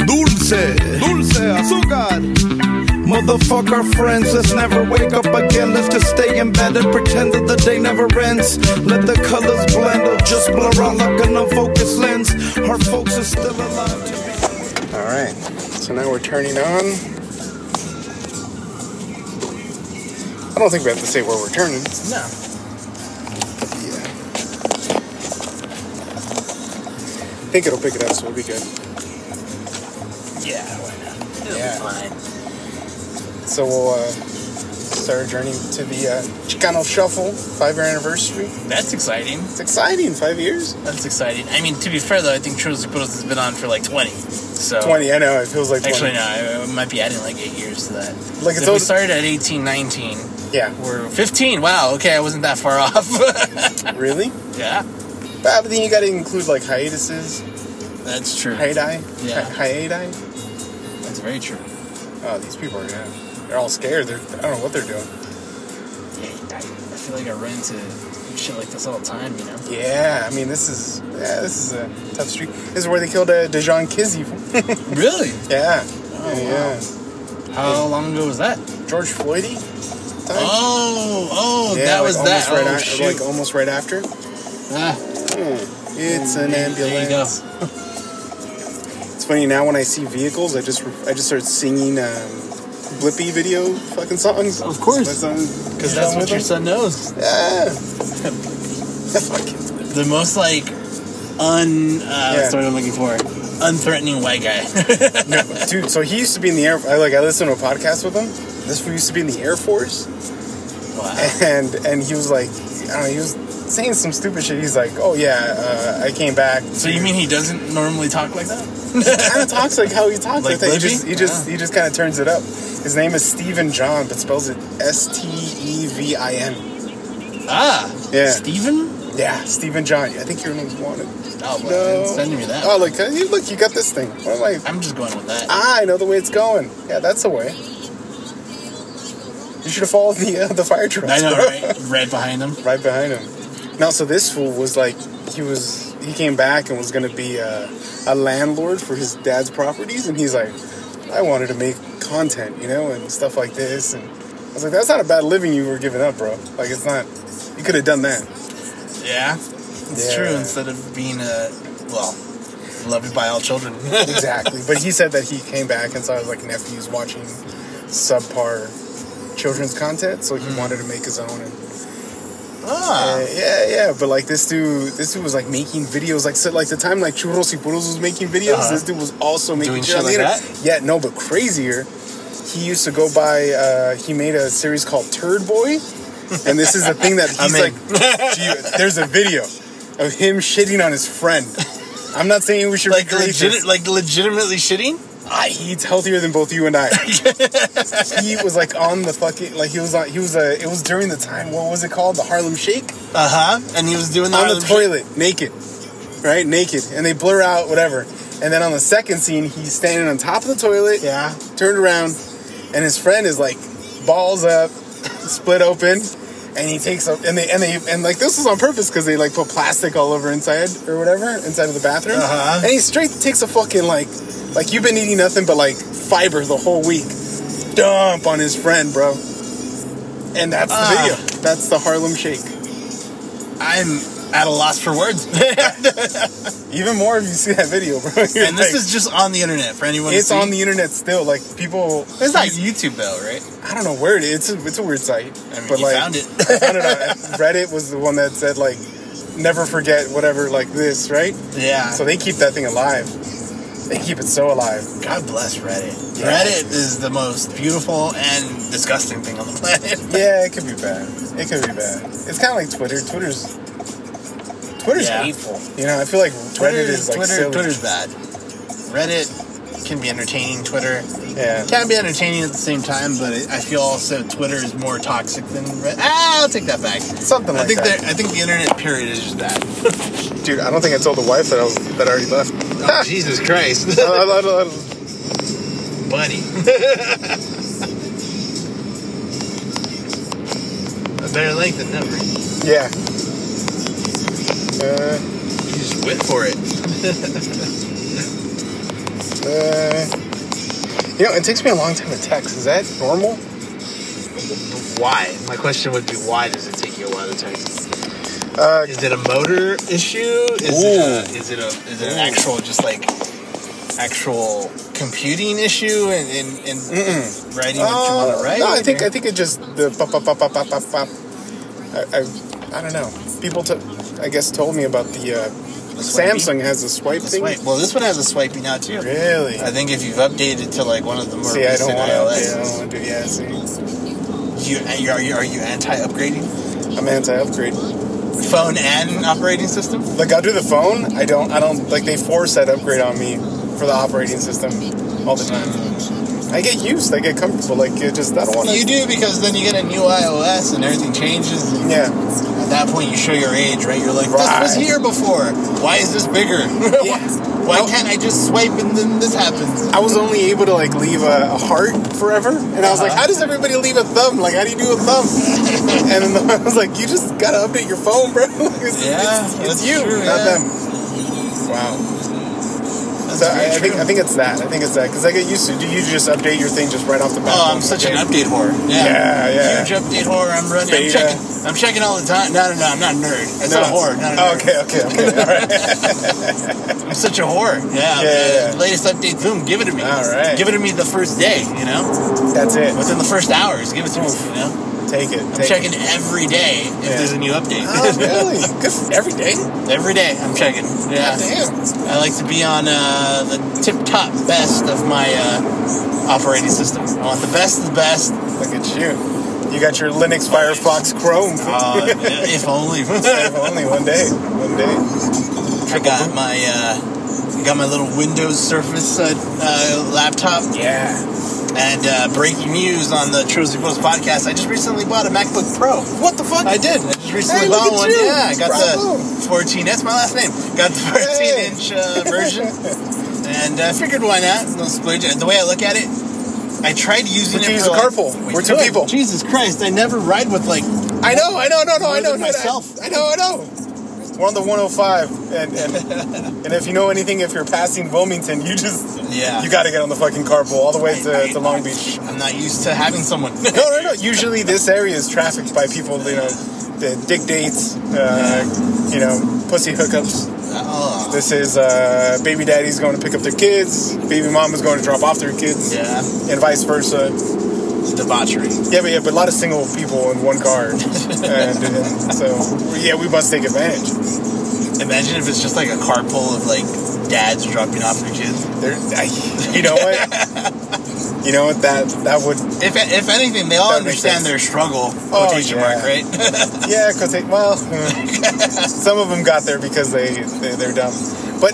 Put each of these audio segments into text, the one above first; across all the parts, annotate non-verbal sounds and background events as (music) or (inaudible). leche, dulce, azúcar. Motherfucker friends, let's never wake up again. Let's just stay in bed and pretend that the day never ends. Let the colors blend or just blur out like an unfocused lens. Our folks are still alive. All right, so now we're turning on. I don't think we have to say where we're turning. No. Yeah. I think it'll pick it up, so we'll be good. Yeah, why not? It'll Yeah. be fine. So we'll uh, start our journey to the uh, Chicano Shuffle five year anniversary. That's exciting. It's exciting, five years. That's exciting. I mean, to be fair though, I think Churros Puros has been on for like 20. So 20, I know, it feels like 20. Actually, no, I, I might be adding like eight years to that. Like, it's if we always- started at 18, 19. Yeah, We're 15. Wow. Okay, I wasn't that (laughs) far (laughs) off. (laughs) really? yeah, But then you gotta include like hiatuses, that's true. hiati, Yeah. hi- hiati. That's very true. Oh, these people are gonna, they're all scared. They're, I don't know what they're doing. I feel like I run into shit like this all the time. You know. Yeah, I mean, this is, yeah, this is a tough street. This is where they killed uh, Dejan Kizzy. Really? yeah. Oh, yeah, wow. How long ago was that? yeah. George Floydie? time? Oh, oh, yeah, that like, was almost that. Right oh, a- shoot. Like almost right after. Ah, It's an there- ambulance. There you go. It's funny now when I see vehicles, I just I just start singing um, Blippy video fucking songs. Of course. because Because that's what your son knows. Yeah. Fucking- The most like un. Uh, What's the word I'm looking for? Unthreatening white guy. (laughs) Dude, so he used to be in the air. I like I listened to a podcast with him. This fool used to be in the Air Force, wow. and and he was like, I don't know, he was saying some stupid shit. He's like, oh yeah, uh, I came back. So you mean he doesn't normally talk like that? kind (laughs) of talks like how he talks. Like I think he Blippy? just he just Yeah. he just kind of turns it up. His name is Stephen John, but spells it S T E V I N. Ah, Yeah. Steven? Yeah, Stephen John. I think your name's wanted. Oh, well, No. then send me that. Oh look, hey, look, you got this thing. What am I? I'm just going with that. Ah, I know the way it's going. Yeah, that's the way. You should have followed the uh, the fire truck. I know, right? (laughs) right behind him. right behind him. No, so this fool was like, he was he came back and was gonna be a, a landlord for his dad's properties, and he's like, I wanted to make content, you know, and stuff like this, and I was like, that's not a bad living you were giving up, bro. Like it's not. You could have done that. Yeah. It's Yeah. true. Instead of being a, well, loved by all children. (laughs) exactly. But he said that he came back and saw his like nephews watching subpar children's content, so he wanted to make his own. And ah. Uh, yeah, yeah. But like this dude, this dude was like making videos. Like so, like the time like Churros y Puros was making videos, Uh-huh. this dude was also making Doing videos shit on the like internet. Yeah, no, but crazier. He used to go by. Uh, he made a series called Turd Boy, and this is the thing (laughs) that I'm he's in. like. Gee, there's a video of him shitting on his friend. I'm not saying we should like, recreate this. legit, like legitimately shitting? I, he's healthier than both you and (laughs) I. he was like on the fucking like he was on he was uh, it was during the time what was it called the Harlem Shake Uh huh. And he was doing that on the toilet naked, right naked, and they blur out whatever. And then on the second scene, he's standing on top of the toilet, Yeah. turned around, and his friend is like balls up, split open, and he takes up and they and they and like this was on purpose because they like put plastic all over inside or whatever inside of the bathroom, Uh-huh. and he straight takes a fucking like like you've been eating nothing but like fiber the whole week, dump on his friend, bro. And that's the Ah. video. That's the Harlem Shake. I'm at a loss (laughs) for words. Even more if you see that video, bro. (laughs) (laughs) and this is just on the internet for anyone to it's see. on the internet still. Like people, It's not YouTube though, right? I don't know where it is. It's a, it's a weird site. I mean, but you like, found it. (laughs) I found it on Reddit was the one that said like, never forget whatever like this, right? yeah. So they keep that thing alive. They keep it so alive. God bless Reddit. Yeah. Reddit is the most beautiful and disgusting thing on the (laughs) planet. Yeah, it could be bad. It could be bad. It's kind of like Twitter. Twitter's Twitter's Yeah. hateful. You know, I feel like Twitter Reddit is like Twitter, silly. Twitter's bad. Reddit can be entertaining. Twitter yeah. can be entertaining at the same time, but it, I feel also Twitter is more toxic than Reddit. Ah, I'll take that back. Something like I think that. that I think the internet period is (laughs) just that. Dude, I don't think I told the wife that I was that I already (laughs) left. Oh, Jesus Christ, I- I- I- I- buddy. (laughs) A better late than never. You Yeah. Uh, just went for it. uh, You know, it takes me a long time to text. Is that normal? Why? My question would be why does it take you a while to text? Uh, Is it a motor issue? Is it a, is it a is it an Ooh. actual just like actual computing issue and and, and writing what you want uh, to write? no, I think I think it just the pop pop pop pop pop pop pop. I, I, I don't know. People, to, I guess, told me about the, uh, swiping? Samsung has a swipe The thing. swipe. Well, this one has a swiping now too. Really? I think if you've updated to like one of the more see, I recent don't want to. iOS, I don't want to do. Yeah, see, you, you- are you are you anti upgrading I'm anti-upgrade. phone and operating system? Like I'll do the phone. I don't. I don't like they force that upgrade on me for the operating system all the time. I get used. I get comfortable. Like it just I don't want You to. do because then you get a new iOS and everything changes. And Yeah. At that point, you show your age, right? You're like, Right. this was here before. Why is this bigger? (laughs) Yeah. Why can't I just swipe and then this happens? I was only able to like leave a, a heart forever, and I was like, Uh-huh. how does everybody leave a thumb? Like how do you do a (laughs) thumb? and then (laughs) I was like, you just gotta update your phone, bro. (laughs) it's, Yeah, it's, it's that's you, true, not yeah. them. Wow. That's So very I, I think true. I think it's that. I think it's that because I get used to. Do you just update your thing just right off the bat? Oh, I'm such an update whore. Yeah, yeah. Huge update whore. I'm running. I'm Beta. checking, I'm checking all the time. No, no, no. I'm not a nerd. That's No. not a whore. Not a Oh, nerd. okay, okay, okay. (laughs) All right. I'm such a whore. Yeah. Yeah. the Latest update, boom, give it to me. All right. Give it to me the first day, you know? That's it. Within the first hours, give it to me, you know? Take it. I'm Take checking every day if Yeah. there's a new update. (laughs) (laughs) Oh, really? Good for every day? every day, I'm checking. Yeah. Damn. I like to be on uh, the tip top best of my uh, operating system. I want the best of the (laughs) best. Look at you. You got your Linux Firefox Chrome. Uh, if (laughs) only. If (laughs) Only one day. One day. I got my uh, got my little Windows Surface uh, uh, laptop Yeah. and uh, breaking news on the Trozy Post podcast. I just recently bought a MacBook Pro. What the fuck? I did. I just recently Hey, look bought at one. you. Yeah, I got Bravo. the 14. That's my last name. Got the 14 Hey. inch uh, (laughs) version, and I figured why not? No splurge. The way I look at it, I tried using We it. can use a for like- carpool. We We're two could. people. Jesus Christ! I never ride with like. I know, I know, no, no, I More know. than no, no, myself. I know, I know. We're on the 105, and and, (laughs) and if you know anything, if you're passing Wilmington, you just Yeah. you got to get on the fucking carpool all the way to, I- to Long Beach. (laughs) I'm not used to having someone. (laughs) No, no, no. Usually, this area is trafficked by people, you know, the dick dates, uh, you know, pussy hookups. Oh, This is uh, baby daddy's going to pick up their kids, baby mama's going to drop off their kids, yeah, and vice versa. debauchery. Yeah, but yeah, but a lot of single people in one (laughs) car, and, and so yeah, we must take advantage. Imagine if it's just like a carpool of like dads dropping off their kids. There, I, you know what? You know what? That that would If, if anything, they all That makes understand sense. their struggle. Oh, Quotation yeah. mark, right? Yeah, because they well, hmm. some of them got there because they, they they're dumb. But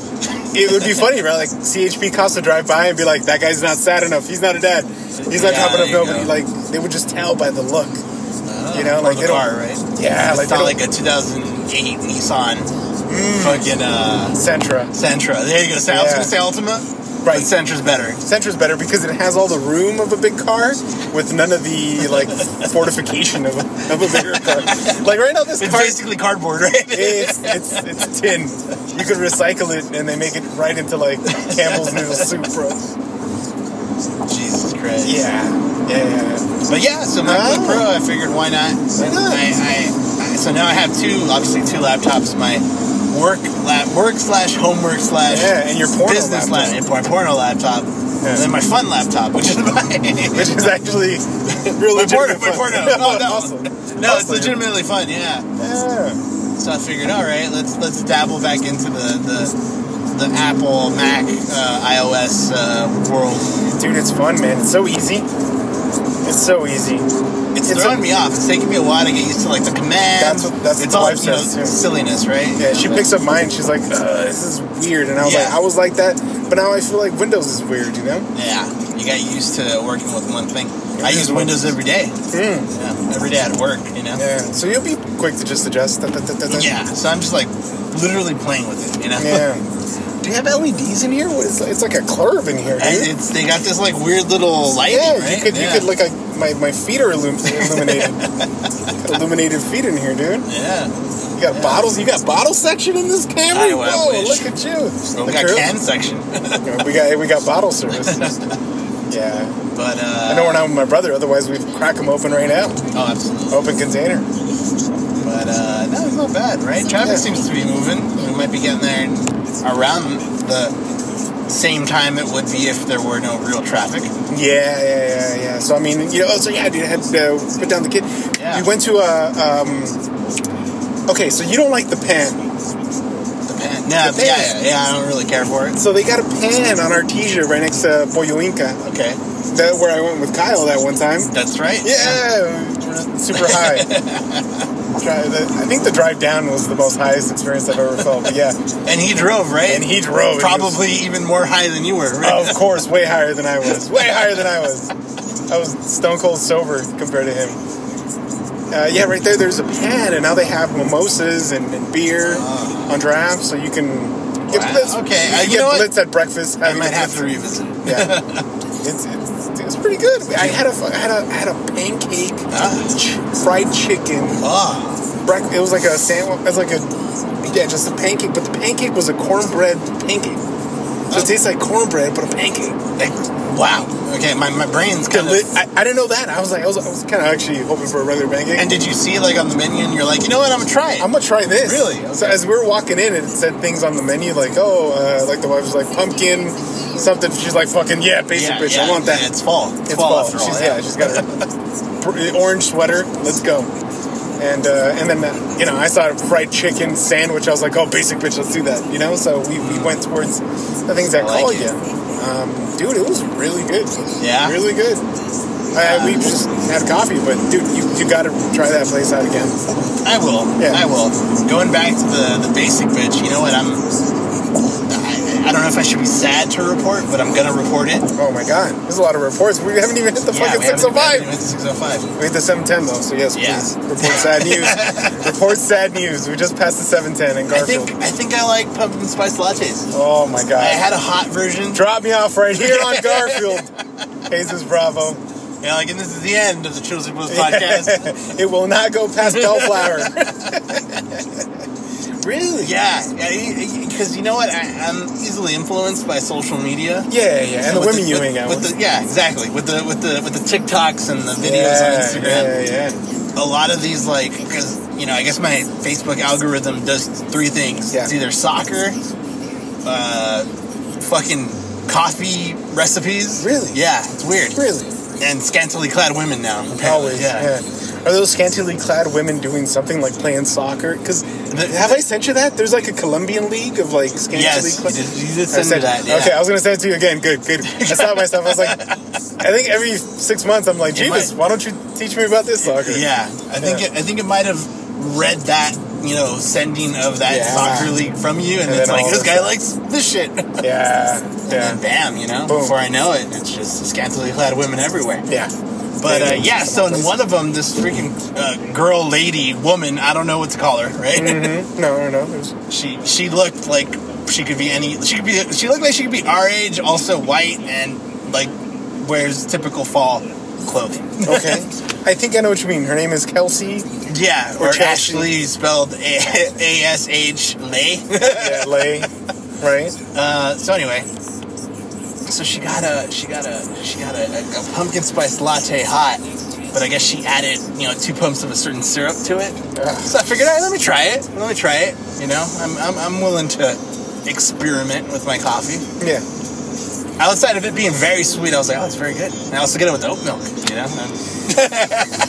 it would be funny, right? Like CHP cops would drive by and be like, "That guy's not sad enough. He's not a dad. He's not Yeah, dropping off there nobody." you go. Like they would just tell by the look. (laughs) (laughs) You know, Or like, the they don't- car, right? Yeah, it's like they not don't- like a 2008 Nissan fucking uh, Sentra, Sentra. There you go. So I Yeah. was gonna say Ultima, but right? Sentra's better. Sentra's better because it has all the room of a big car with none of the like (laughs) fortification of a, of a bigger car. Like right now, this It's car basically cardboard, (laughs) right? it's, it's it's tin. You could recycle it and they make it right into like Campbell's noodle soup, bro. Jesus Christ. Yeah. Yeah. But yeah, so my Oh. MacBook Pro, I figured why not? not? I, I, I, so now I have two, obviously two laptops. My work lap, work slash homework slash Yeah, and your porno business laptop. laptop, my porno laptop, and then my fun laptop, which is (laughs) my Which is actually real my porno, legitimate my fun. porno. No, no, (laughs) Awesome. no, it's Awesome. legitimately fun. Yeah. Yeah. So I figured, all right, let's let's dabble back into the the, the Apple Mac uh, iOS uh, world. Dude, it's fun, man. It's so easy. It's so easy. It's, It's throwing a- me off. It's taking me a while to get used to like the commands. That's what- that's what it's the all wife you know, says, too. silliness, right? Yeah, she But- picks up mine. She's like, Ugh, "This is weird," and I was Yeah. like, "I was like that," but now I feel like Windows is weird, you know? Yeah, you got used to working with one thing. I is use one- Windows every day. Yeah, every day at work, you know. Yeah. So you'll be quick to just adjust. Da, da, da, da, da. Yeah, so I'm just like literally playing with it, you know. Yeah. Do you have LEDs in here? What is, it's like a curve in here, dude. (laughs) And it's they got this like weird little lighting, Yeah, right? you could yeah. you could look like my, my feet are illum- (laughs) illuminated. Got illuminated feet in here, dude. Yeah, You got bottles. You got bottle section in this camera. I- I Whoa, wish. look at you. we The got girl- can section. (laughs) you know, we got we got bottle service. Yeah. But uh, I know we're not with my brother, otherwise we'd crack him open right now. Oh, absolutely. Open container. But uh, no, it's not bad, right? Traffic Yeah. seems to be moving. We might be getting there in- around the same time it would be if there were no real traffic. Yeah, yeah, yeah, yeah. So I mean, you know, oh, so yeah, dude, I had to uh, put down the kid. Yeah. We went to a. Um, okay, so you don't like the pan, The pan. No, The pan. yeah, yeah, yeah, I don't really care for it. so they got a pan on our T-shirt right next to Pollo Inca, Okay, that where I went with Kyle that one time. that's right. Yeah, we're super high. Drive- the- I think the drive down was the most highest experience I've ever felt. But yeah, (laughs) And he drove, right? And he Oh, drove. Probably even more high than you were, right? of course, way higher than I was. Way higher than I was. I was stone cold sober compared to him. Uh, yeah, right there. There's a pan, and now they have mimosas and, and beer on draft, so you can get Ah. Wow, blitz. okay, you uh, can you get know what? blitz at breakfast. I might have to revisit. it. Yeah, (laughs) it's, it's, it's pretty good. I had a I had a I had a pancake Ah. ch- fried chicken Oh, breakfast. It was like a sandwich. It was like a yeah, just a pancake. But the pancake was a cornbread pancake. So Oh. it tastes like cornbread, but a pancake. wow. Okay, my, my brain's kind of. Lit- I, I didn't know that. I was like, I was, I was kind of actually hoping for a regular pancake. And did you see like on the menu and you're like, you know what? I'm gonna try it. I'm gonna try this. Really? So as we were walking in, it said things on the menu like, oh, uh, like the wife was like pumpkin, something. She's like, fucking yeah, basic yeah, bitch. yeah, I want that. yeah, it's fall. It's, It's fall, fall. after all. She's, yeah. yeah. she's got her pr- orange sweater. Let's go. And uh, and then uh, you know I saw a fried chicken sandwich. I was like, oh, basic bitch, let's do that. You know, so we, we went towards the things that I like call it. you. Um, dude, it was really good. Yeah? really good. Uh, we just had coffee, but dude, you, you got to try that place out again. I will. Yeah. I will. Going back to the, the basic bitch, you know what? I'm. I, I don't know if I should be sad to report, but I'm gonna report it. Oh my god, there's a lot of reports. We haven't even hit the Yeah, fucking we haven't- we 605. haven't even hit the 605. We hit the 710 though, so yes, Yeah. please report sad (laughs) news. report sad news. We just passed the 710 in I Garfield. think I think I like pumpkin spice lattes. oh my god. I had a hot version. Drop me off right here (laughs) on Garfield. Jesus Bravo. Yeah, like, and this is the end of the Children Blues podcast. (laughs) it will not go past (laughs) Bellflower. (laughs) really? yeah, because you know what? I, I'm easily influenced by social media. Yeah, yeah. And the With women you with- hang out with with. the, yeah, exactly. With the with the with the TikToks and the videos on yeah, Instagram. yeah, yeah. a lot of these like because you know i guess my facebook algorithm does three things Yeah. it's either soccer uh, fucking coffee recipes Really? yeah it's weird Really? and scantily clad women now apparently. Always. yeah, Yeah. Are those scantily clad women doing something like playing soccer? Because have I sent you that? There's like a Colombian league of like scantily yes you clad. did, you did I send me that yeah. Okay, I was gonna send it to you again. Good, (laughs) good. I saw it myself. I was like, I think every six months I'm like, It might- Jeebus, why don't you teach me about this soccer? yeah i think Yeah. It, i think it might have read that you know sending of that Yeah. soccer league from you and, And it's then like all this this guy stuff. likes this shit (laughs) and Yeah, then yeah, bam you know Boom. before i know it it's just scantily clad women everywhere yeah. But uh, yeah, so in one of them, this freaking uh, girl, lady, woman, I don't know what to call her, right? Mhm. No, no, no. There's, (laughs) she she looked like she could be any. She could be. She looked like she could be our age, also white, and like wears typical fall clothing. (laughs) okay. I think I know what you mean. Her name is Kelsey. yeah, Or or Chelsea. Ashley spelled A S H Lay. Yeah, Lay. Right? Uh, so anyway, so she got a she got a she got a, a, a pumpkin spice latte hot, but I guess she added you know two pumps of a certain syrup to it. So I figured, all right, let me try it. Let me try it. You know, I'm I'm, I'm willing to experiment with my coffee. Yeah. Outside of it being very sweet, I was like, oh, it's very good. And I also get it with the oat milk. You know, and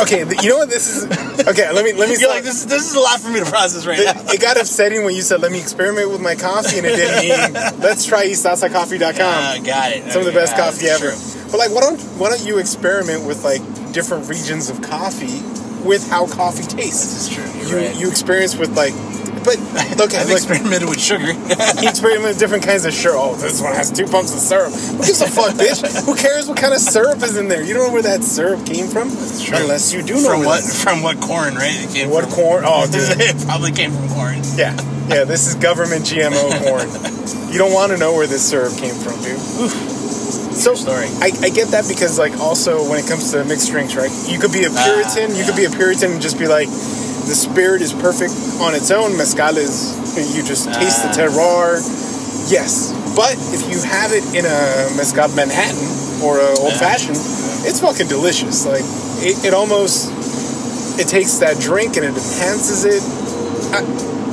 Okay. th- You know what? This is. Okay. Let me. Let me. (laughs) you're stop. like, this this is a lot for me to process right now. It, it got upsetting when you said, "Let me experiment with my coffee," and it didn't mean, "Let's try EastSideCoffee.com." Uh, got it. Some of the Okay, best yeah, coffee it's ever. true. But like, why don't why don't you experiment with like different regions of coffee with how coffee tastes? This is true. You're You right. you experience with like, (laughs) but look at I've like experimented with sugar. He experimented with different kinds of syrup. Oh, this one has two pumps of syrup. Who gives a fuck, bitch? Who cares what kind of syrup is in there? You don't know where that syrup came from, true. unless you do know from where what that- from what corn, right? It came What from- corn? Oh, dude. (laughs) it probably came from corn. yeah, yeah. This is government GMO corn. You don't want to know where this syrup came from, dude. Oof. So story. I, I get that because like also when it comes to mixed drinks, right? You could be a Ah, Puritan. you could be a Puritan and just be like, the spirit is perfect on its own. Mezcal is you just taste the Ah. terroir. Yes, But if you have it in a Mescal Manhattan or a old fashioned, it's fucking delicious. Like it, it almost it takes that drink and it enhances it. I,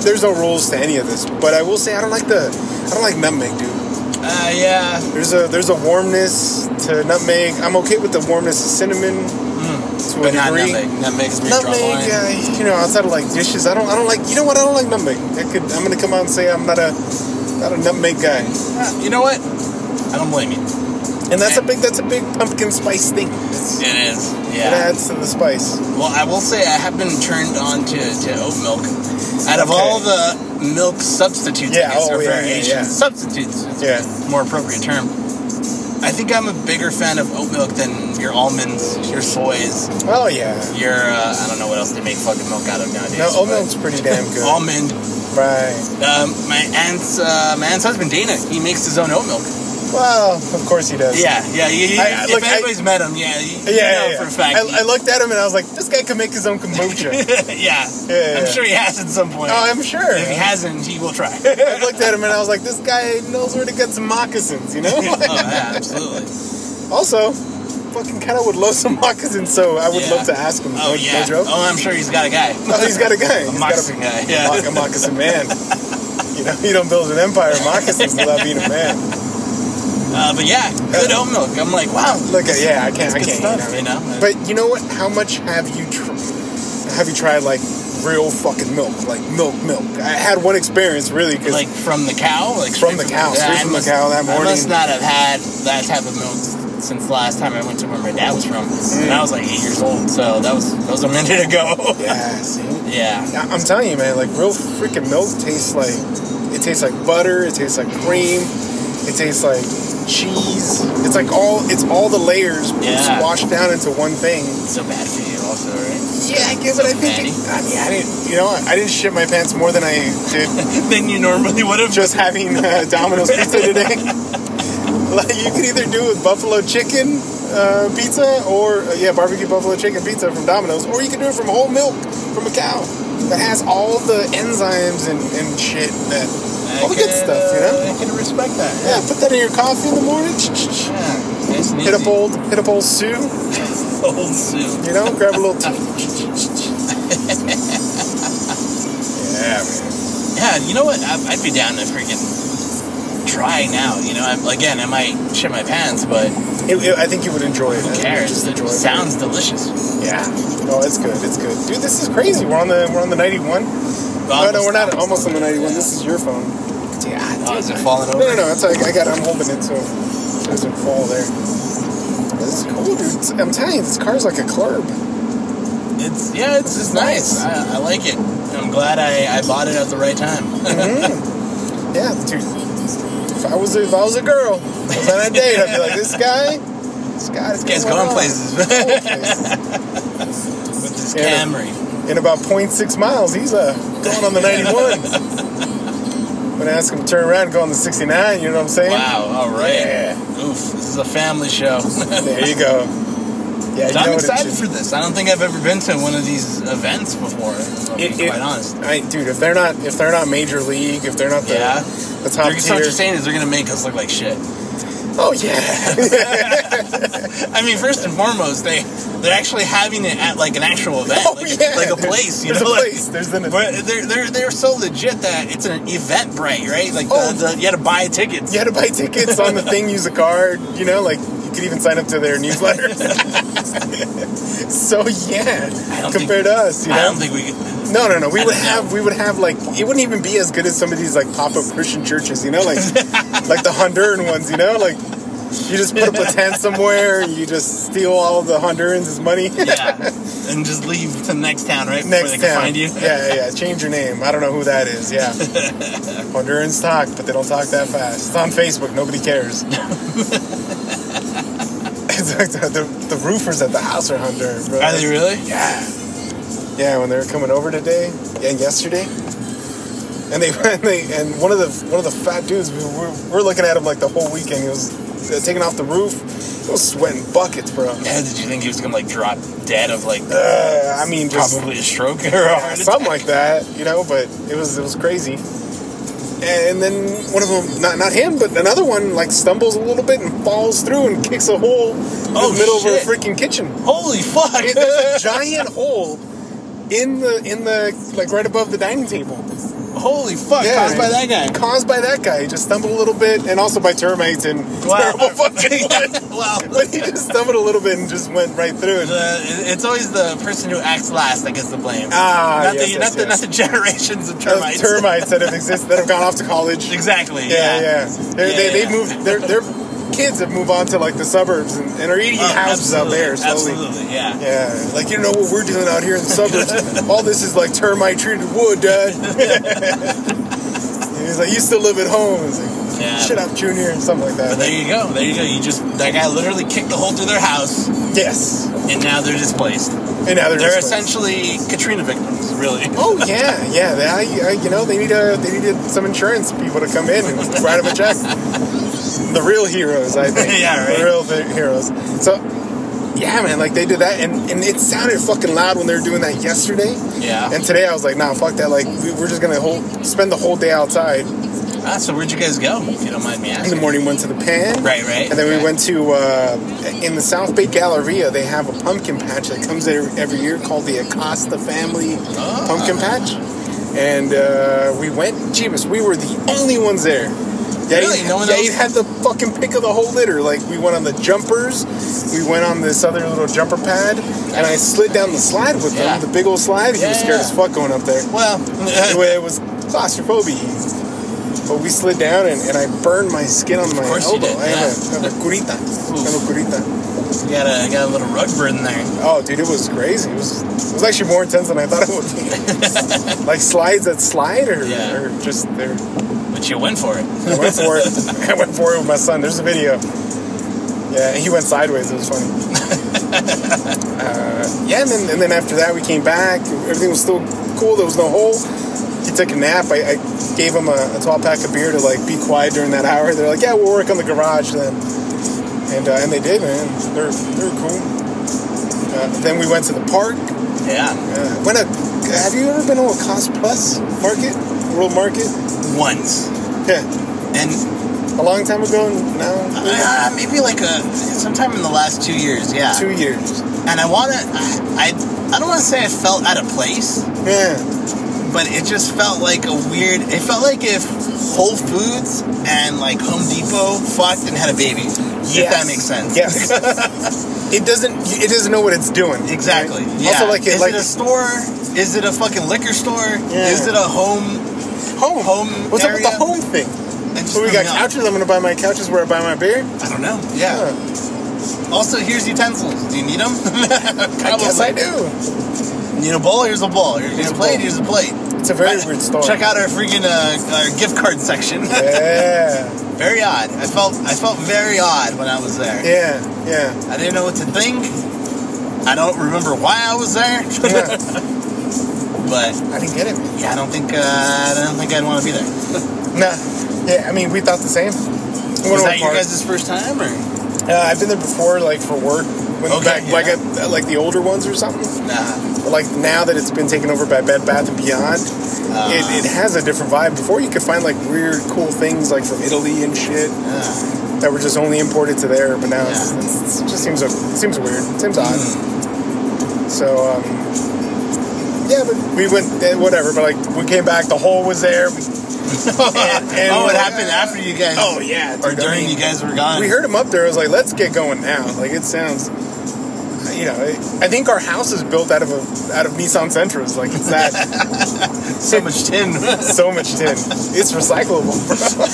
there's no rules to any of this, but I will say I don't like the I don't like nutmeg, dude. Uh, yeah. There's a there's a warmness to nutmeg. I'm okay with the warmness of cinnamon to a Mm. But not degree. nutmeg. Nutmeg is where you draw the Nutmeg, line. yeah, you know, outside of like dishes, I don't, I don't like. You know what? I don't like nutmeg. I could, I'm gonna come out and say I'm not a, not a nutmeg guy, Ah, You know what? I don't blame you. and that's a big, that's a big pumpkin spice thing. It's- It is. It Yeah. adds to the spice. Well, I will say I have been turned on to, to oat milk. Out of Okay. all the milk substitutes, Yeah, I guess, oh, or yeah, yeah, variations, yeah. substitutes is Yeah. a more appropriate term. I think I'm a bigger fan of oat milk than your almonds, your soys, Oh yeah. your uh, I don't know what else they make fucking milk out of nowadays. No, oat but- milk's pretty damn good. (laughs) Almond. right. Um, my aunt's uh, my aunt's husband Dana, he makes his own oat milk. Well, of course he does. Yeah, yeah. You, you- I- I- if look, I- anybody's met him, yeah, Yeah, you, you know yeah, yeah. for a fact. I, I looked at him and I was like, this guy could make his own kombucha. (laughs) yeah. yeah, yeah. I'm sure he has at some point. oh, I'm sure. if he hasn't, he will (laughs) try. I looked at him and I was like, this guy knows where to get some moccasins, you know? (laughs) oh, yeah, absolutely. Also, fucking kind of would love some moccasins, so I would Yeah. love to ask him. no, Oh yeah. no joke. Oh, I'm sure he's got a guy. No, (laughs) he's got a guy. He's moccasin got guy, a, yeah. moc- a moccasin (laughs) man. you know, you don't build an empire of moccasins without being a man. Uh, but yeah, good oat milk. I'm like, wow. Look, at, yeah, I can't, I Good can't. stuff, you you know? know. But you know what? How much have you tr- have you tried like real fucking milk, like milk, milk? I had one experience really because like from the cow, like From straight the cow, Yeah, straight I from the must- cow that I morning. must not have had that type of milk s- since the last time I went to where my dad was from, and I was like eight years old, so that was that was a minute ago. (laughs) yeah, see? yeah, I- I'm telling you, man, like real freaking milk tastes like it tastes like butter, it tastes like cream, it tastes like cheese. It's like all it's all the layers Yeah. washed down into one thing. it's so bad for you, also, right? Yeah, I guess. But I think it, I mean, I didn't, you know, I didn't shit my pants more than I did Than you normally would have. just having uh, Domino's pizza today. (laughs) like you could either do it with buffalo chicken uh, pizza or uh, yeah, barbecue buffalo chicken pizza from Domino's, or you could do it from whole milk from a cow that has all the enzymes and, and shit that I all the good can, stuff, you know. uh, I can respect that. Yeah, put that in your coffee in the morning. (laughs) ch- ch- ch- Yeah, nice and Hit up easy. old, hit up old Sue. (laughs) old soup. You know, grab a little. Tea. yeah, man. Yeah, you know what? I'd, I'd be down to freaking try now. You know, I'm, again, I might shit my pants, but It, who it- I think you would enjoy it. I think you would cares? Just It enjoy it. sounds delicious. Yeah. No, it's good. It's good, dude. This is crazy. We're on the we're on the ninety one. Oh no, we're not almost on the ninety one. This is your phone. Yeah. Oh, is it falling No, over? no, no. It's like I got. I'm holding it so it doesn't fall there. This is cool, dude. It's- I'm telling you, this car's like a club. It's yeah, it's, it's nice. I, I like it. I'm glad I, I bought it at the right time. (laughs) Mm-hmm. Yeah, dude. If I was a, if I was a girl, I was on a date, I'd be like, this guy, this guy, this Guy's going places (laughs) with this Yeah. Camry. (laughs) in about 0.6 miles, he's uh, going on the 91. (laughs) when I ask him to turn around and go on the 69, you know what I'm saying? Wow. All right. Yeah. Oof. This is a family (laughs) show. There you go. Yeah, you know I'm what excited it for this. I don't think I've ever been to one of these events before. if I'm It- being it- quite honest. I, dude, if they're not if they're not major league, if they're not the, Yeah. the They're, top so tier, what you're saying is they're gonna make us look like shit. oh (laughs) yeah, I mean, first and foremost, they they're actually having it at like an actual event, oh like, yeah, like a place. You there's know, a like- place. There's an But they're they're they're so legit that it's an event break, right? Like the, Oh. the, you had to buy tickets. you had to buy tickets on the thing, use a card. You know, like you could even sign up to their newsletter. (laughs) so yeah, don't think- compared to us, you know, I don't think we could. No, no, no. We I (laughs) would don't have, we would have like it wouldn't even be as good as some of these like pop-up Christian churches, you know, (laughs) like like the Honduran ones, you know, like you just put up a tent somewhere, you just steal all of the Hondurans' money. (laughs) Yeah, and just leave to the next town, right? Before Next they can town, find you. yeah, yeah. Change your name. I don't know who that is. (laughs) Yeah, Hondurans talk, but they don't talk that fast. It's on Facebook. Nobody (laughs) cares. It's like the, the, the roofers at the house are Honduran, bro. Are they really? Yeah. Yeah, when they were coming over today and yesterday, and they (laughs) and they and one of the one of the fat dudes we were, we were looking at him like the whole weekend. He was uh, taking off the roof. He was sweating buckets, bro. Yeah, did you think he was gonna like drop dead of like Uh, I mean, just uh, probably a stroke or a heart attack? something like that, you know. But it was it was crazy. and then one of them, not not him, but another one, like stumbles a little bit and falls through and kicks a hole in Oh, the middle shit. of a freaking kitchen. (laughs) Holy fuck! It- there's a giant hole in the in the like right above the dining table. (laughs) Holy fuck! Oh, caused by that guy. Caused by that guy. He just stumbled a little bit, and also by termites and (laughs) (laughs) terrible fucking. luck. wow. but he just stumbled a little bit and just went right through. And The, it's always the person who acts last that gets the blame. Ah, not, yes, the, yes, not, the, yes. not the (laughs) generations of termites. termites. termites that have existed that have gone off to college. exactly. Yeah, yeah. They're, Yeah, they they yeah. moved. Their their kids have moved on to like the suburbs and, and are eating Oh, houses out absolutely, there slowly. Absolutely. Yeah. Yeah, like you know what we're doing out here (laughs) in the suburbs. All this is like termite treated wood, Dad. And he's like, you still live at home. It's like, Yeah. Shut up, Junior, and something like But that. there you go. There you go. You just that guy literally kicked the hole through their house, yes. and now they're displaced. And now they're, They're displaced. essentially Katrina victims, really. Oh yeah, yeah. They, I, I, you know, they need a, they needed some insurance people to come in and write them a check. The real heroes, I think. (laughs) Yeah, right. The real thi- heroes. So, yeah, man, like they did that, and and it sounded fucking loud when they were doing that yesterday. Yeah. And today I was like, nah, fuck that. Like we, we're just gonna whole, spend the whole day outside. Ah, so where'd you guys go? If you don't mind me In the asking. morning, went to the pan. Right, right. And then Okay. we went to uh, in the South Bay Galleria. They have a pumpkin patch that comes there every year called the Acosta Family Ah. Pumpkin Patch. And uh, we went. Jeebus, we were the only ones there. They, Really? No one they else- had the fucking pick of the whole litter. Like we went on the jumpers, we went on this other little jumper pad, and I slid down the slide with them, Yeah. the big old slide. He Yeah, was scared yeah. as fuck going up there Well, (laughs) (laughs) anyway, it was claustrophobia. But we slid down and, and I burned my skin on my course you elbow. did, I have yeah. a, I have a curita. I have a curita. you got a got a little rug burn there. Oh, dude, it was crazy. It was, it was actually more intense than I thought it would be. (laughs) like slides that slide or, Yeah. or just there. But you went for it. I went for it. I went for it with my son. There's a video. Yeah, and he went sideways. It was funny. uh, yeah, and then, and then after that, we came back. Everything was still cool. There was no hole. He took a nap. I, I gave him a, a 12 pack of beer to like be quiet during that hour. They're like, yeah, we'll work on the garage then. And uh, and they did, man. They're they're cool. Uh, then we went to the park. Yeah. Uh, went up. Have you ever been to a Cost Plus market, World Market? Once. Yeah, And a long time ago. Now Uh, maybe like a sometime in the last two years, yeah. two years. And I want to, I, I, I don't want to say I felt out of place, Yeah, but it just felt like a weird. It felt like if Whole Foods and like Home Depot fucked and had a baby. If that makes sense. Yes. (laughs) it doesn't. It doesn't know what it's doing. Exactly. right? Yeah. Also, like it, is like it a store? Is it a fucking liquor store? Yeah. Is it a home? home. home What's area? up with the home thing? It just So Oh, we threw got me off. couches. I'm gonna buy my couches where I buy my beer. I don't know. Yeah. Also, here's utensils. Do you need (laughs) them? I guess I do. Need a bowl? Here's a bowl. Here's a plate. Here's a plate. It's a very weird story. Check out our freaking uh, our gift card section. (laughs) Yeah, very odd. I felt I felt very odd when I was there. yeah, yeah. I didn't know what to think. I don't remember why I was there, (laughs) yeah. but I didn't get it. yeah, (laughs) I don't think uh, I don't think I'd want to be there. Nah. Yeah, I mean, we thought the same. We went Was to a that your park. guys' first time (laughs) or? Uh, I've been there before, like for work. When Okay, back, yeah. like uh, like the older ones or something. (laughs) Nah. But, like now that it's been taken over by Bed Bath and Beyond, it, it has a different vibe. Before you could find like weird, cool things like from Italy and shit Uh, that were just only imported to there, but now it's, Yeah. it's, it just seems it seems weird, it seems odd. So um, yeah, but we went eh, whatever. But like we came back, the hole was there. And- and oh, we're it like, happened "Ah." after you guys. Oh yeah, dude, or I during mean, you guys were gone. we heard him up there. I was like, let's get going now. Like it sounds, you know. I think our house is built out of a out of Nissan Sentras. Like it's that so much tin. (laughs) so much tin. It's recyclable. Bro.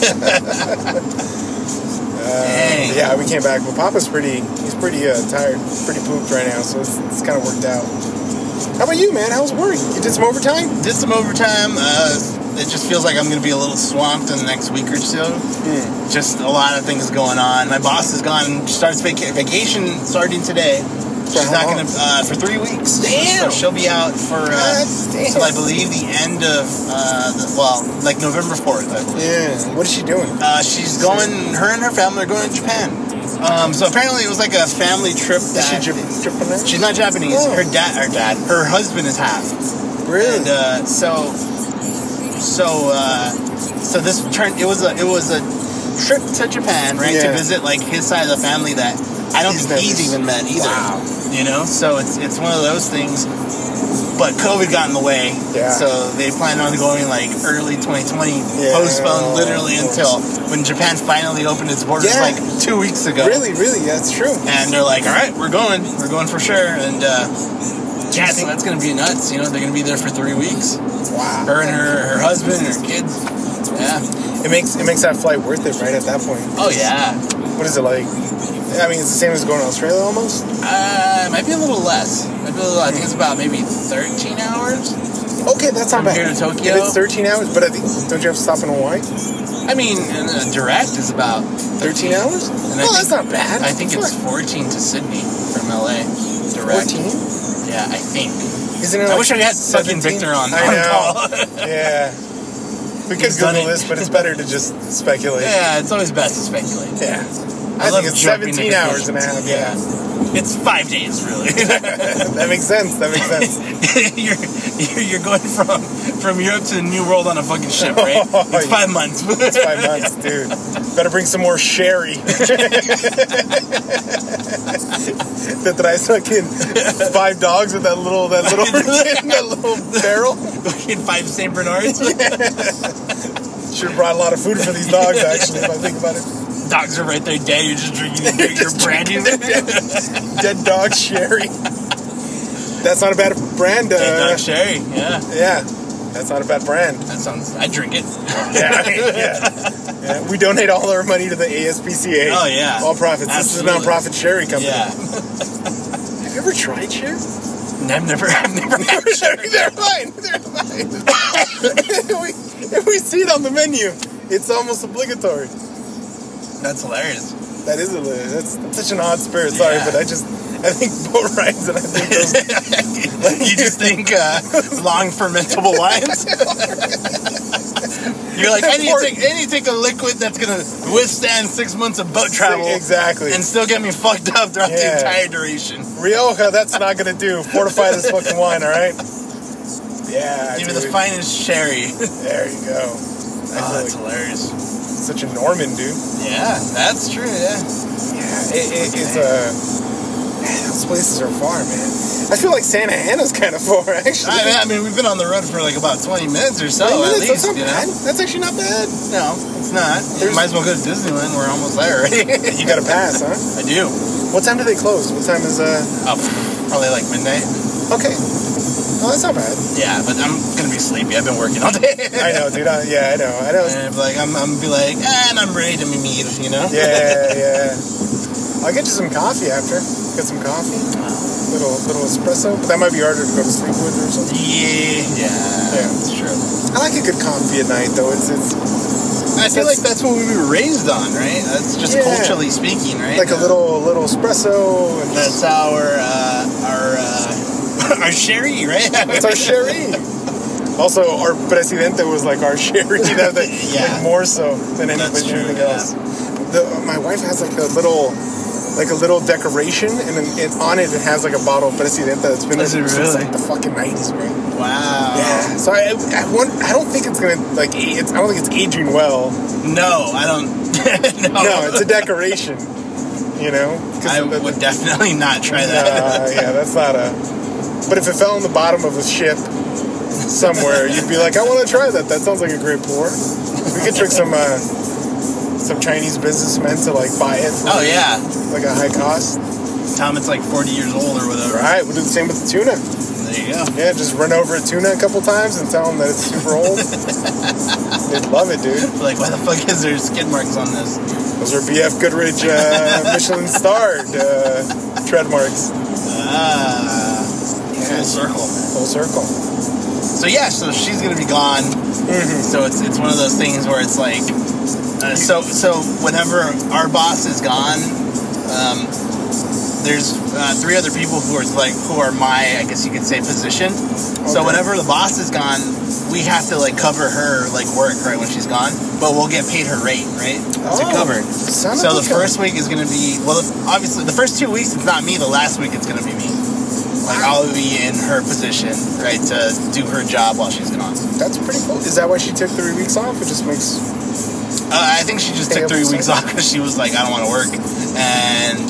Dang. Yeah, we came back, but Papa's pretty. He's pretty uh, tired, pretty pooped right now, so it's, it's kind of worked out. How about you, man? How's work? You did some overtime? Did some overtime. Uh, it just feels like I'm going to be a little swamped in the next week or so. Hmm. just a lot of things going on. My boss is gone. She starts vaca- vacation starting today. She's how not long? gonna uh, for three weeks. Damn. So she'll be out for God uh, Ah, damn. till I believe the end of uh, the, well, like November fourth. I believe. Yeah. What is she doing? Uh, she's going. Her and her family are going to Japan. Um, so apparently it was like a family trip. Is she That Jap- Japanese? she's not Japanese. Oh. Her dad, her dad, her husband is half. really. And uh, so So uh, so this turned it was a it was a trip to Japan, right? Yeah. To visit like his side of the family that I don't He's never- think he's even met either. Wow. You know, so it's it's one of those things. But COVID got in the way, Yeah. so they plan on going like early 2020, Yeah. postponed literally until when Japan finally opened its borders Yeah. like two weeks ago Really, really, that's true. and they're like, "All right, we're going, we're going for sure." And uh, yeah, I think that's gonna be nuts. You know, they're gonna be there for three weeks. Wow. Her and her, her husband, and her kids. Yeah. It makes it makes that flight worth it, right? At that point, Oh yeah. what is it like? I mean, it's the same as going to Australia almost. Uh, it might be a little less. Might be a little. I think it's about maybe 13 hours. Okay, that's not From bad. here to Tokyo? If it's 13 hours, but I think don't you have to stop in Hawaii? I mean, and, uh, direct is about 13 hours? And I well, think- that's not bad. I think it's Fuck. 14 to Sydney from LA. Direct. 14. Yeah, I think. Isn't it? I like wish I had 17? fucking Victor on, I on know. call. yeah. We could He's done Google it. this, but it's better to just speculate. (laughs) yeah, it's always best to speculate. Yeah. I I, love think it's jumping to 17 hours and a half. conclusions. Yeah. It's five (laughs) days, really. that makes sense. That makes sense. (laughs) you're you're you're going from from Europe to the New World on a fucking ship, right? (laughs) Oh, It's yeah. five months. (laughs) Five months, dude. Better bring some more sherry. that that I stuck in five dogs with that little that (laughs) little (laughs) that little barrel. Fucking five Saint (laughs) Bernards. Should have brought a lot of food for these dogs actually. If I think about it, Dogs are right there dead. You're just drinking your, your brandy. dead dog sherry. That's not a bad brand. Uh, (laughs) Dead dog sherry. Yeah, Yeah, that's not a bad brand. that sounds. I drink it. Yeah, yeah. yeah. We donate all our money to the ASPCA. Oh, yeah. all profits. This Absolutely. is a nonprofit sherry company. Yeah, Have you ever tried sherry? And I've never, (laughs) I've never had sherry. (laughs) They're fine. They're fine. if, we, if we see it on the menu, it's almost obligatory. That's (laughs) hilarious. That is a that's, that's such an odd spirit. Sorry, Yeah. but I just I think boat rides and I think those you just think uh, long fermentable wines. (laughs) You're like, I need, to take, I need to take a liquid that's gonna withstand six months of boat (laughs) travel exactly. and still get me fucked up throughout the Yeah. entire duration. Rioja, that's not gonna do. Fortify (laughs) this fucking wine, all right? Yeah. Even the dude. finest (laughs) sherry. There you go. I Oh, feel that's hilarious. like such a Norman, dude. Yeah, that's true. Yeah. Yeah, it, it, it's uh man, Those places are far, man. I feel like Santa Ana's kind of far, (laughs) actually. I mean, I mean, we've been on the road for like about 20 minutes or so, Twenty at minutes, that's, least. not you know? bad. that's actually not bad. No, it's not. You There's- might as well go to Disneyland. We're almost there already. (laughs) You got a pass, huh? I do. What time do they close? What time is uh? Up probably like midnight. Okay. Oh, that's not bad. Yeah, but I'm gonna be sleepy. I've been working all day. (laughs) I know, dude. I, yeah, I know. I know. And like I'm, I'm be like, "Ah, and I'm ready to meet, you know. Yeah, yeah. I'll get you some coffee after. Get some coffee. Little little espresso. But that might be harder to go to sleep with or something. (laughs) Yeah, yeah, Yeah. it's true. I like a good coffee at night, though. It's it's I feel like that's what we were raised on, right? That's just Yeah. culturally speaking, right? like a little little espresso. And That's our uh, our uh, (laughs) our sherry, right? It's our sherry. Also, our presidente was like our sherry. You know, that, (laughs) Yeah. like more so than any- That's true, anything yeah. else. The, my wife has like a little, like a little decoration, and then it, on it it has like a bottle of presidente that's been Is there it since really? like the fucking nineties, man. wow. Yeah. So I, I, want, I don't think it's gonna like. a- It's, I don't think it's aging well. No, I don't. (laughs) no, No, it's a decoration. You know, 'Cause Oh. I of the- would definitely not try that. Nah, yeah, that's not a. But if it fell on the bottom of a ship somewhere, you'd be like, I want to try that. That sounds like a great pour. We could trick some uh, some Chinese businessmen to like buy it for Oh yeah, like a high cost. Tom, it's like 40 years old or whatever. All right, we'll do the same with the tuna. There you go. Yeah, just run over a tuna a couple times and tell them that it's super old. They'd love it, dude. Like, why the fuck is there skid marks on this? Those are BF Goodrich uh, Michelin starred uh, tread marks. Ah, full circle. Full circle. So yeah, so she's gonna be gone. Mm-hmm. So it's it's one of those things where it's like, uh, so so whenever our boss is gone, um, there's uh, three other people who are like who are my I guess you could say position. So Okay. whenever the boss is gone, we have to like cover her like work right when she's gone, but we'll get paid her rate right to Oh, cover. son of So a the gun. first week is gonna be well, obviously the first two weeks it's not me. The last week it's gonna be me. Like I'll be in her position, right, to do her job while she's gone. That's pretty cool. Is that why she took three weeks off? It just makes Uh, I think she just took Payable three weeks off side. because she was like, I don't want to work. And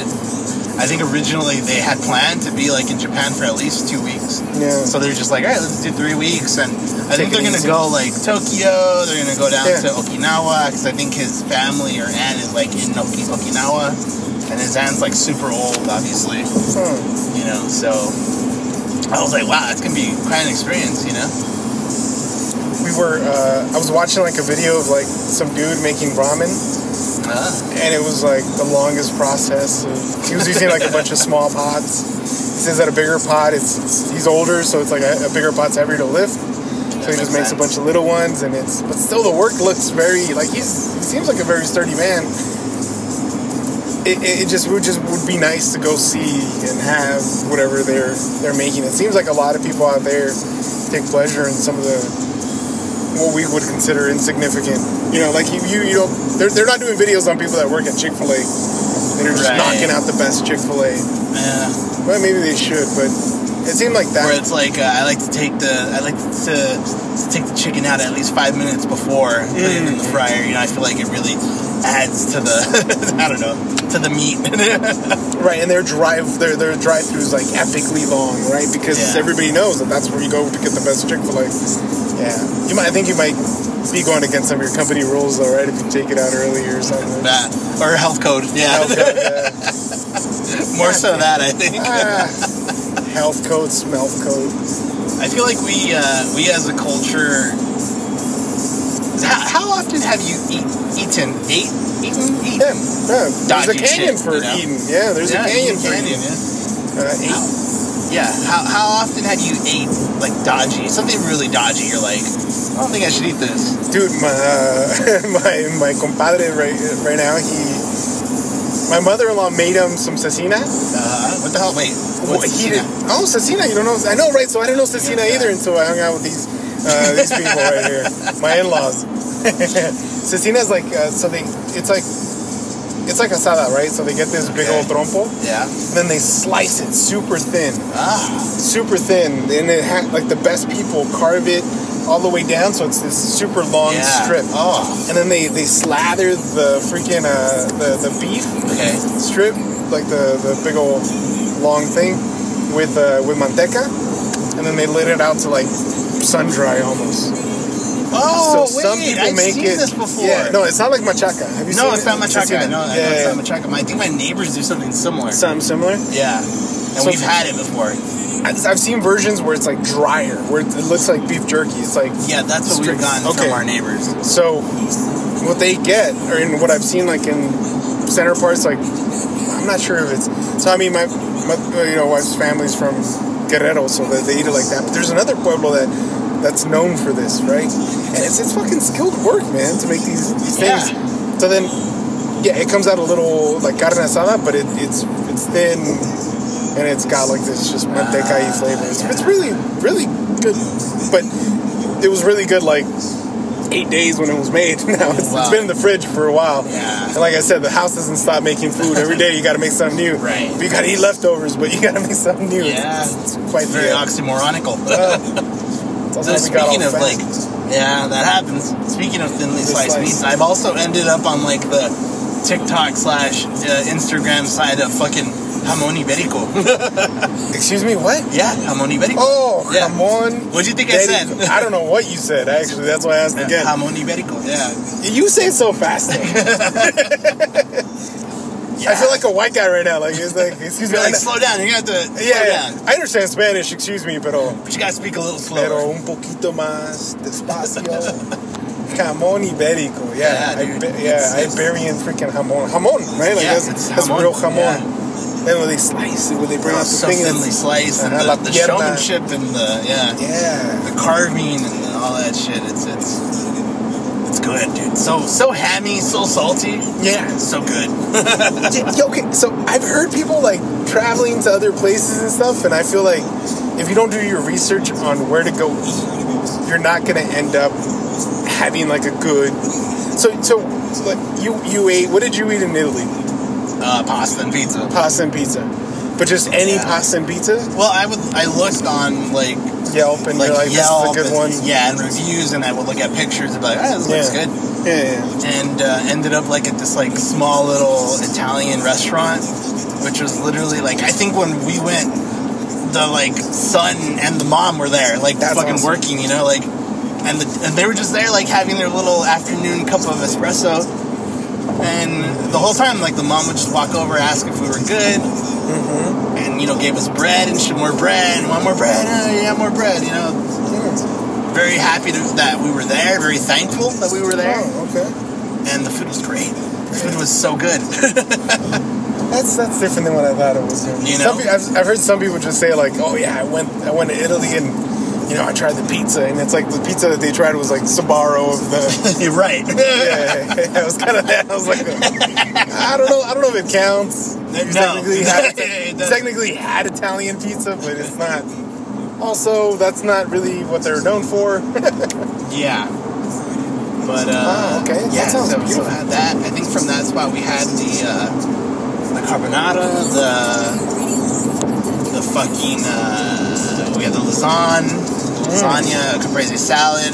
I think originally they had planned to be like in Japan for at least two weeks. Yeah. So they're just like, all right, let's do three weeks. And I Take it think they're going easy. to go like Tokyo. They're going to go down Yeah. to Okinawa because I think his family or aunt is like in Oki- Okinawa. And his aunt's like super old, obviously. huh. You know, so I was like, wow, that's going to be quite an experience, you know? we were. Uh, I was watching like a video of like some dude making ramen, Uh, and it was like the longest process. Of, he was using like a bunch of small pots. He says that a bigger pot. It's, it's he's older, so it's like a, a bigger pot's heavier to lift. So he just That makes makes a sense. bunch of little ones, and it's but still the work looks very like he's he seems like a very sturdy man. It, it, it just would just would be nice to go see and have whatever they're they're making. It seems like a lot of people out there take pleasure in some of the what we would consider insignificant. You know, like you you, you don't they're, they're not doing videos on people that work at Chick Fil A. They're just Right. knocking out the best Chick Fil A. yeah. Well, maybe they should, but it seemed like that. where it's like uh, I like to take the I like to, to take the chicken out at least five minutes before putting it in the Mm. fryer. You know, I feel like it really adds to the (laughs) I don't know to the meat. Right, and their drive their their drive throughs like epically long, right? Because Yeah. everybody knows that that's where you go to get the best Chick Fil A. Yeah, you might. I think you might be going against some of your company rules, though, right? If you take it out early or something. That- or health code, yeah, Health code, yeah. (laughs) more so that I think. ah, health code, smell code. I feel like we uh, we as a culture. How, how often have you eat, eaten, ate, eaten, Yeah, eaten? yeah. There's a Dodgy canyon shit, for you know? eating. Yeah, there's Yeah, a canyon for canyon, eating. yeah. Uh, eight. Yeah, how, how often have you ate like dodgy, something really dodgy? You're like, I don't think I should eat this. Dude, my (laughs) uh, my my compadre right right now. He, my mother-in-law made him some cecina. Uh-huh. Uh, what the hell? Wait, Well, what's he he didn't. Oh, Cecina, you don't know. I know, right? So I didn't know Cecina Yeah. either until I hung out with these uh, these people right here, my in-laws. (laughs) Cecina's like uh, so they. It's like it's like asada, right? So they get this big Okay. old trompo, Yeah. and then they slice it super thin, Ah, super thin, and it ha- like the best people carve it all the way down, so it's this super long yeah. strip. Oh, And then they they slather the freaking uh, the the beef okay. strip, like the, the big old long thing, with uh, with manteca, and then they lit it out to like sun dry almost. Oh, wait, I've seen this before. Yeah, no, it's not like machaca. Have you seen no, it's it? not Have you machaca. seen it? No, yeah, I know yeah, it's not machaca. I think my neighbors do something yeah. similar. something similar. yeah, and So- we've had it before. I- I've seen versions where it's like drier, where it looks like beef jerky. It's like Yeah, that's what Strict- we've gotten okay. from our neighbors. So, what they get, or in what I've seen, like in center parts, like I'm not sure if it's. So I mean, my, my uh, you know wife's family's from Guerrero, so they, they eat it like that. But there's another pueblo that that's known for this, right? And it's it's fucking skilled work, man, to make these, these things. So then, yeah, it comes out a little like carne asada, but it, it's it's thin and it's got like this just manteca y flavor. It's, it's really really good, but it was really good like eight days when it was made. (laughs) Now it's, Wow. it's been in the fridge for a while. Yeah. And like I said, the house doesn't stop making food. Every day you got to make something new. Right. You got to eat leftovers, but you got to make something new. Yeah. It's, it's quite It's very the. oxymoronical. (laughs) it's So also we got speaking all of fat. like, yeah, that happens. Speaking of thinly Thinly sliced sliced. meats, I've also ended up on like the TikTok slash uh, Instagram side of fucking jamón (laughs) ibérico. excuse me, what? yeah, jamón ibérico. Oh, Yeah. come on. What'd you think I Daddy, said? Um, I don't know what you said. Actually, that's why I (laughs) asked (laughs) again. Jamón ibérico. Yeah. You say it so (laughs) fast. though. yeah. I feel like a white guy right now. Like it's like, excuse me. You're I like know- slow down. You're gonna have to yeah, slow yeah. down. I understand Spanish. Excuse me, pero But you gotta speak a little slower. pero un poquito más (laughs) despacio. Jamón ibérico, yeah, Yeah, dude, Ibe- yeah, it's- it's- Iberian freaking jamón, jamón, right? Like Yeah, that's, it's that's jamón, real jamón. yeah. And when they slice it, when they bring out the so thing, thinly it's, sliced and Uh, la the, the pierna. showmanship and the yeah. yeah, the carving and all that shit. It's it's it's good, dude. So so hammy, so salty. yeah. So good. Yeah, okay, so I've heard people like traveling to other places and stuff, and I feel like if you don't do your research on where to go eat, you're not gonna end up having like a good. So, so like you you ate. What did you eat in Italy? Uh, pasta and pizza. Pasta and pizza, but But just any Yeah. pasta and pizza, Well, I would. I looked on like Yelp, and like, you're like, this is a Yelp good and, one. Yeah, and reviews, and I would look at pictures and be like, oh, this looks Yeah. good. Yeah, yeah, And uh, ended up like at this like small little Italian restaurant, which was literally like I think when we went, the like son and the mom were there, like That's fucking awesome. working, you know, like, and the, and they were just there like having their little afternoon cup of espresso. And the whole time, like the mom would just walk over, ask if we were good, Mm-hmm. and you know, gave us bread and shit, more bread, and want more bread, oh, yeah, more bread, you know yeah. very happy to, that we were there, very thankful that we were there, Oh, okay. and the food was great. The food was so good. (laughs) That's that's different than what I thought it was. Gonna be. You Some know? pe- I've, I've heard some people just say like, "Oh yeah, I went I went to Italy and you know I tried the pizza and it's like the pizza that they tried was like Sbarro of the." (laughs) (laughs) You're right. yeah, yeah, yeah. I was kind of that. I was like, I don't know. I don't know if it counts. It's No. technically, (laughs) had, It it's doesn't. technically had Italian pizza, but it's not. Also, that's not really what they're known for. (laughs) Yeah. But Wow, uh, Ah, okay. That yeah, sounds so, so beautiful. had that. I think from that spot we had the uh, the carbonara, the the fucking uh, we had the lasagna, Mm. lasagna, caprese salad.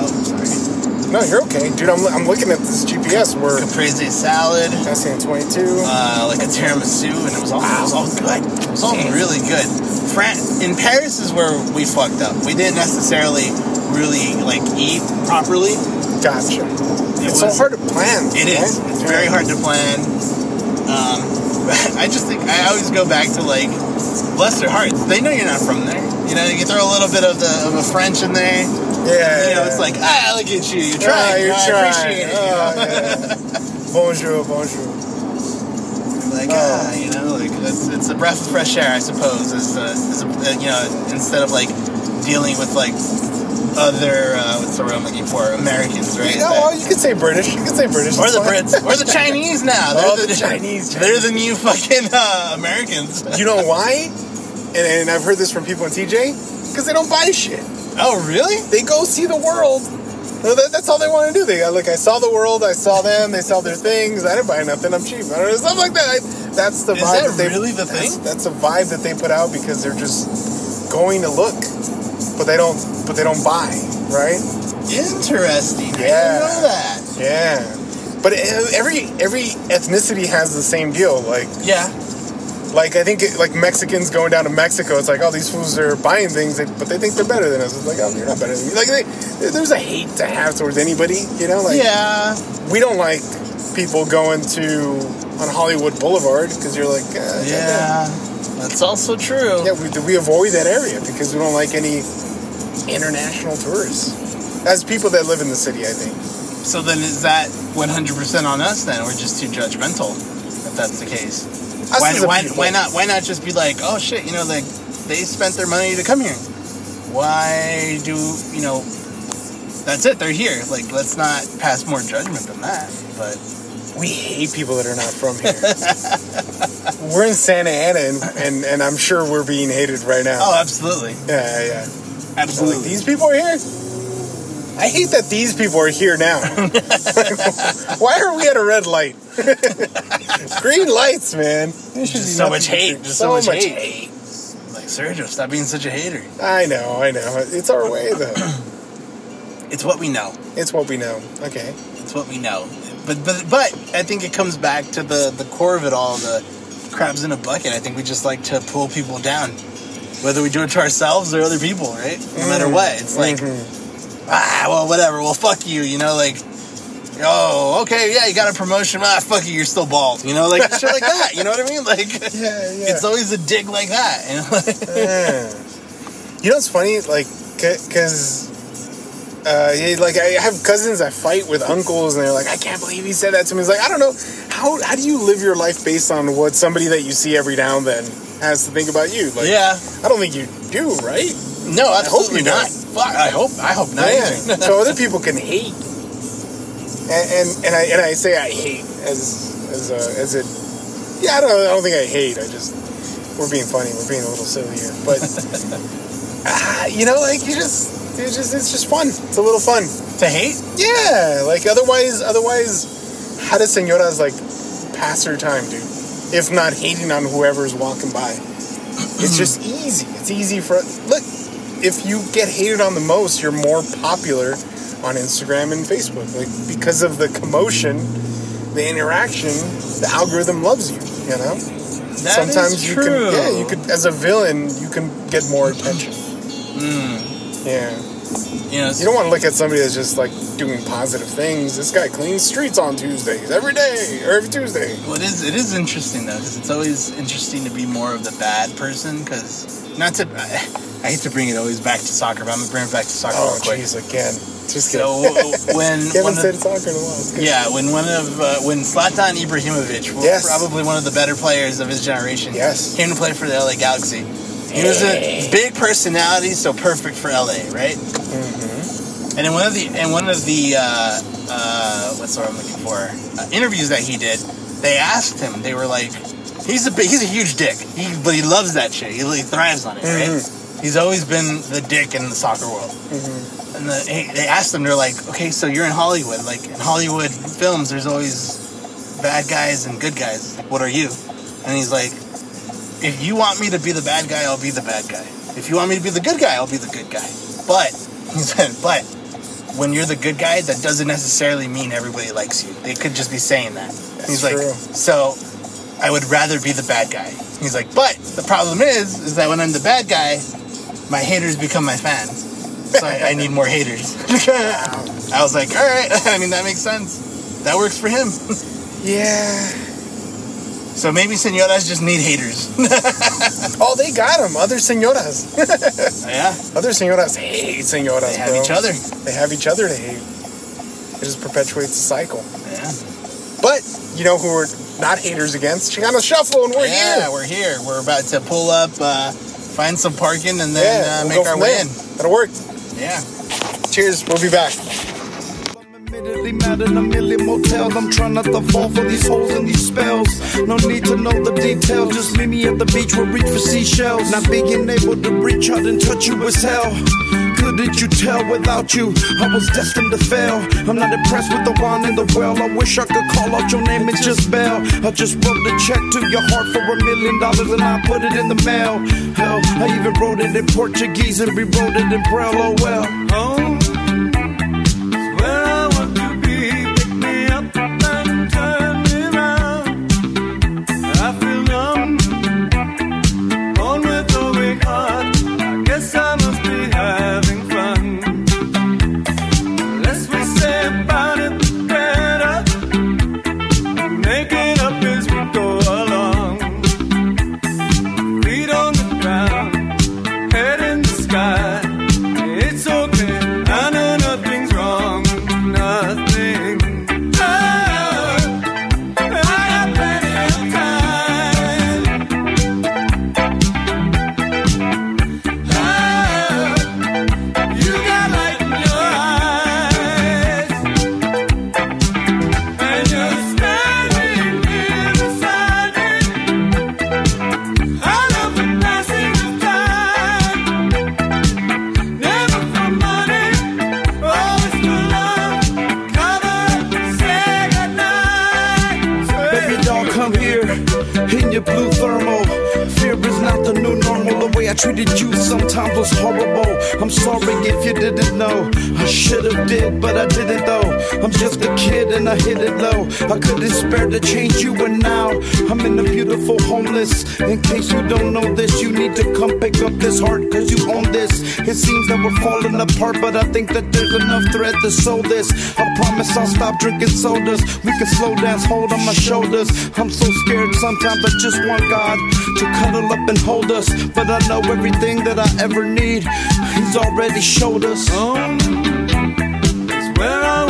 Oh, sorry. no, you're okay, dude. I'm, I'm looking at this GPS. We're Caprese salad. I see in 22. uh, like a tiramisu, and it was all it was all good. It was all really good. Fran- in Paris is where we fucked up. We didn't necessarily really like eat properly. Gotcha. it's was- so hard to plan. It right? is. It's very hard to plan. Um, (laughs) I just think I always go back to like, bless their hearts. They know you're not from there. You know, you throw a little bit of the of a French in there. Yeah. You know, it's yeah. like ah, look at you. You Yeah, tried. you're you know, I trying. appreciate it. you know? Oh, yeah. bonjour, bonjour. Like, Oh. ah, you know, like it's, it's a breath of fresh air, I suppose. Is, uh, is uh, you know, instead of like dealing with like other uh, what's the word I'm looking for? Americans, right? You know, well, you could say British. You could say British. or it's the fine. (laughs) Brits, or the Chinese now. They're Oh, the Chinese, They're the new fucking uh, Americans. (laughs) You know why? And, and I've heard this from people in TJ because they don't buy shit. (laughs) Oh, really? They go see the world. No, that- that's all they want to do. They look. I saw the world. I saw them. They sell their things. I didn't buy nothing. I'm cheap. I don't know, stuff like that. I- that's the Is vibe. that they, really the that's- thing? That's, a vibe that they put out because they're just going to look, but they don't. But they don't buy. Right? Interesting. Yeah. I didn't know that. Yeah. But e- every every ethnicity has the same deal. Like Yeah. like I think it, like Mexicans going down to Mexico, it's like all these fools are buying things, they, but they think they're better than us. It's like, oh, you're not better than me. Like they, there's a hate to have towards anybody, you know. Like yeah. we don't like people going to on Hollywood Boulevard because you're like, uh, Yeah. That's also true. yeah, we, we avoid that area because we don't like any international tourists. As people that live in the city, I think. So then, is that 100% on us? Then we're just too judgmental. If that's the case. Us why, as a why, people. why not why not just be like oh shit you know like they spent their money to come here why do you know that's it they're here like let's not pass more judgment than that but We hate people that are not from here. we're in Santa Ana, and, and, and I'm sure we're being hated right now. oh absolutely Yeah, yeah, yeah. So, like, absolutely these people are here? I hate that these people are here now. (laughs) Why are we at a red light? (laughs) Green lights, man. There should just be so nothing much to do. hate just so, much, hate. like Sergio stop being such a hater I know, I know. It's our way, though. it's what we know it's what we know. Okay. it's what we know but but but I think it comes back to the the core of it all the crabs in a bucket I think we just like to pull people down whether we do it to ourselves or other people right no Mm-hmm. matter what it's like Mhm. ah, well, whatever. Well, fuck you. You know, like, oh, okay, yeah, you got a promotion. Ah, fuck you. You're still bald. You know, like shit like that. You know what I mean? Like, (laughs) yeah, yeah. it's always a dig like that. And Yeah. you know what's funny? Like, because. Uh, yeah, like I have cousins that fight with uncles, and they're like, "I can't believe he said that to me." It's like I don't know how how do you live your life based on what somebody that you see every now and then has to think about you? Like, yeah, I don't think you do, right? no, you absolutely not. don't. Fuck, I hope, I hope not. Yeah. so other people can hate, and and, and I and I say I hate as as a, as it. Yeah, I don't. I don't think I hate. I just we're being funny. We're being a little silly here, (laughs) but ah, you know, like you just it's just it's just fun. It's a little fun. To hate? Yeah, like otherwise, otherwise, how does señoras like pass her time, dude? If not hating on whoever's walking by, It's just easy. It's easy for look. If you get hated on the most, you're more popular on Instagram and Facebook. Like because of the commotion, the interaction, the algorithm loves you. You know. That is Sometimes you true. can, yeah, you could as a villain, you can get more attention. Hmm. Yeah. You know, You don't want to look at somebody that's just like doing positive things. This guy cleans streets on Tuesdays every day or every Tuesday. Well, it is. It is interesting though, because it's always interesting to be more of the bad person. Because not to, I, I hate to bring it always back to soccer, but I'm gonna bring it back to soccer Oh real quick. jeez, again. Just kidding. (laughs) So when you one haven't said of, soccer in a while. It's good. yeah, when one of uh, when Zlatan Ibrahimovic, was Yes. probably one of the better players of his generation, Yes. came to play for the LA Galaxy. He was a big personality, so perfect for LA, right? Mm-hmm. And in one of the and one of the uh, uh, what's the word I'm looking for uh, interviews that he did, they asked him. They were like, "He's a big, he's a huge dick, he, but he loves that shit. He, he thrives on it, right? He's always been the dick in the soccer world." And the, hey, they asked him, they're like, "Okay, so you're in Hollywood. Like in Hollywood films, there's always bad guys and good guys. What are you?" And he's like, if you want me to be the bad guy, I'll be the bad guy. If you want me to be the good guy, I'll be the good guy. But (laughs) he said, but when you're the good guy, that doesn't necessarily mean everybody likes you. They could just be saying that. He's like, true. so I would rather be the bad guy. He's like, but the problem is, is that when I'm the bad guy, my haters become my fans. So I, I need more haters. I was like, all right. (laughs) I mean, that makes sense. That works for him. (laughs) Yeah. So maybe senoras just need haters. Oh, they got him. Other senoras. (laughs) yeah, Other senoras hate senoras. they have bro. each other. They have each other to hate. It just perpetuates the cycle. Yeah. But you know who we're not haters against? Chicano Shuffle, and we're yeah, here. we're here. We're about to pull up, uh, find some parking, and then uh, we'll go make our from way there. That'll work. in. Yeah. Cheers. We'll be back. I'm admittedly mad in a million motels. I'm trying not to fall for these holes and these spells. No need to know the details. Just meet me at the beach. We'll reach for seashells. Not being able to reach out and touch you was hell. Couldn't you tell without you? I was destined to fail. I'm not impressed with the wine in the well. I wish I could call out your name, it's just Bell. I just wrote a check to your heart for a million dollars and I put it in the mail. Hell, I even wrote it in Portuguese and rewrote it in Braille. Oh well. Home is where I want to be. Pick me up and turn me round. I feel numb, born with a weak heart. I guess I must be having fun. The less we say about it, the better. We make it up as we go along. Feet on the ground head in the sky. It's okay, I know nothing's wrong, nothing. Oh, I got plenty of time. Oh, you got light in your eyes. And you're standing here beside me. Out of the passing of time, never for money, always for love. Cover, say Baby goodnight. doll, come here in your blue thermal. Fear is not the new normal. The way I treated you sometimes was horrible. I'm sorry if you didn't know. I should have did, but I didn't though. I'm just a kid and I hit it low. I couldn't spare to change you, and now I'm in a beautiful homeless. In case you don't know this, you need to come pick up this heart, cause you own this. It seems that we're falling apart, but I think that there's enough thread to sew this. I promise I'll stop drinking sodas. We can slow dance, hold on my shoulders. I'm so scared sometimes I just want God to cuddle up and hold us. But I know everything that I ever need, He's already showed us. Home is where I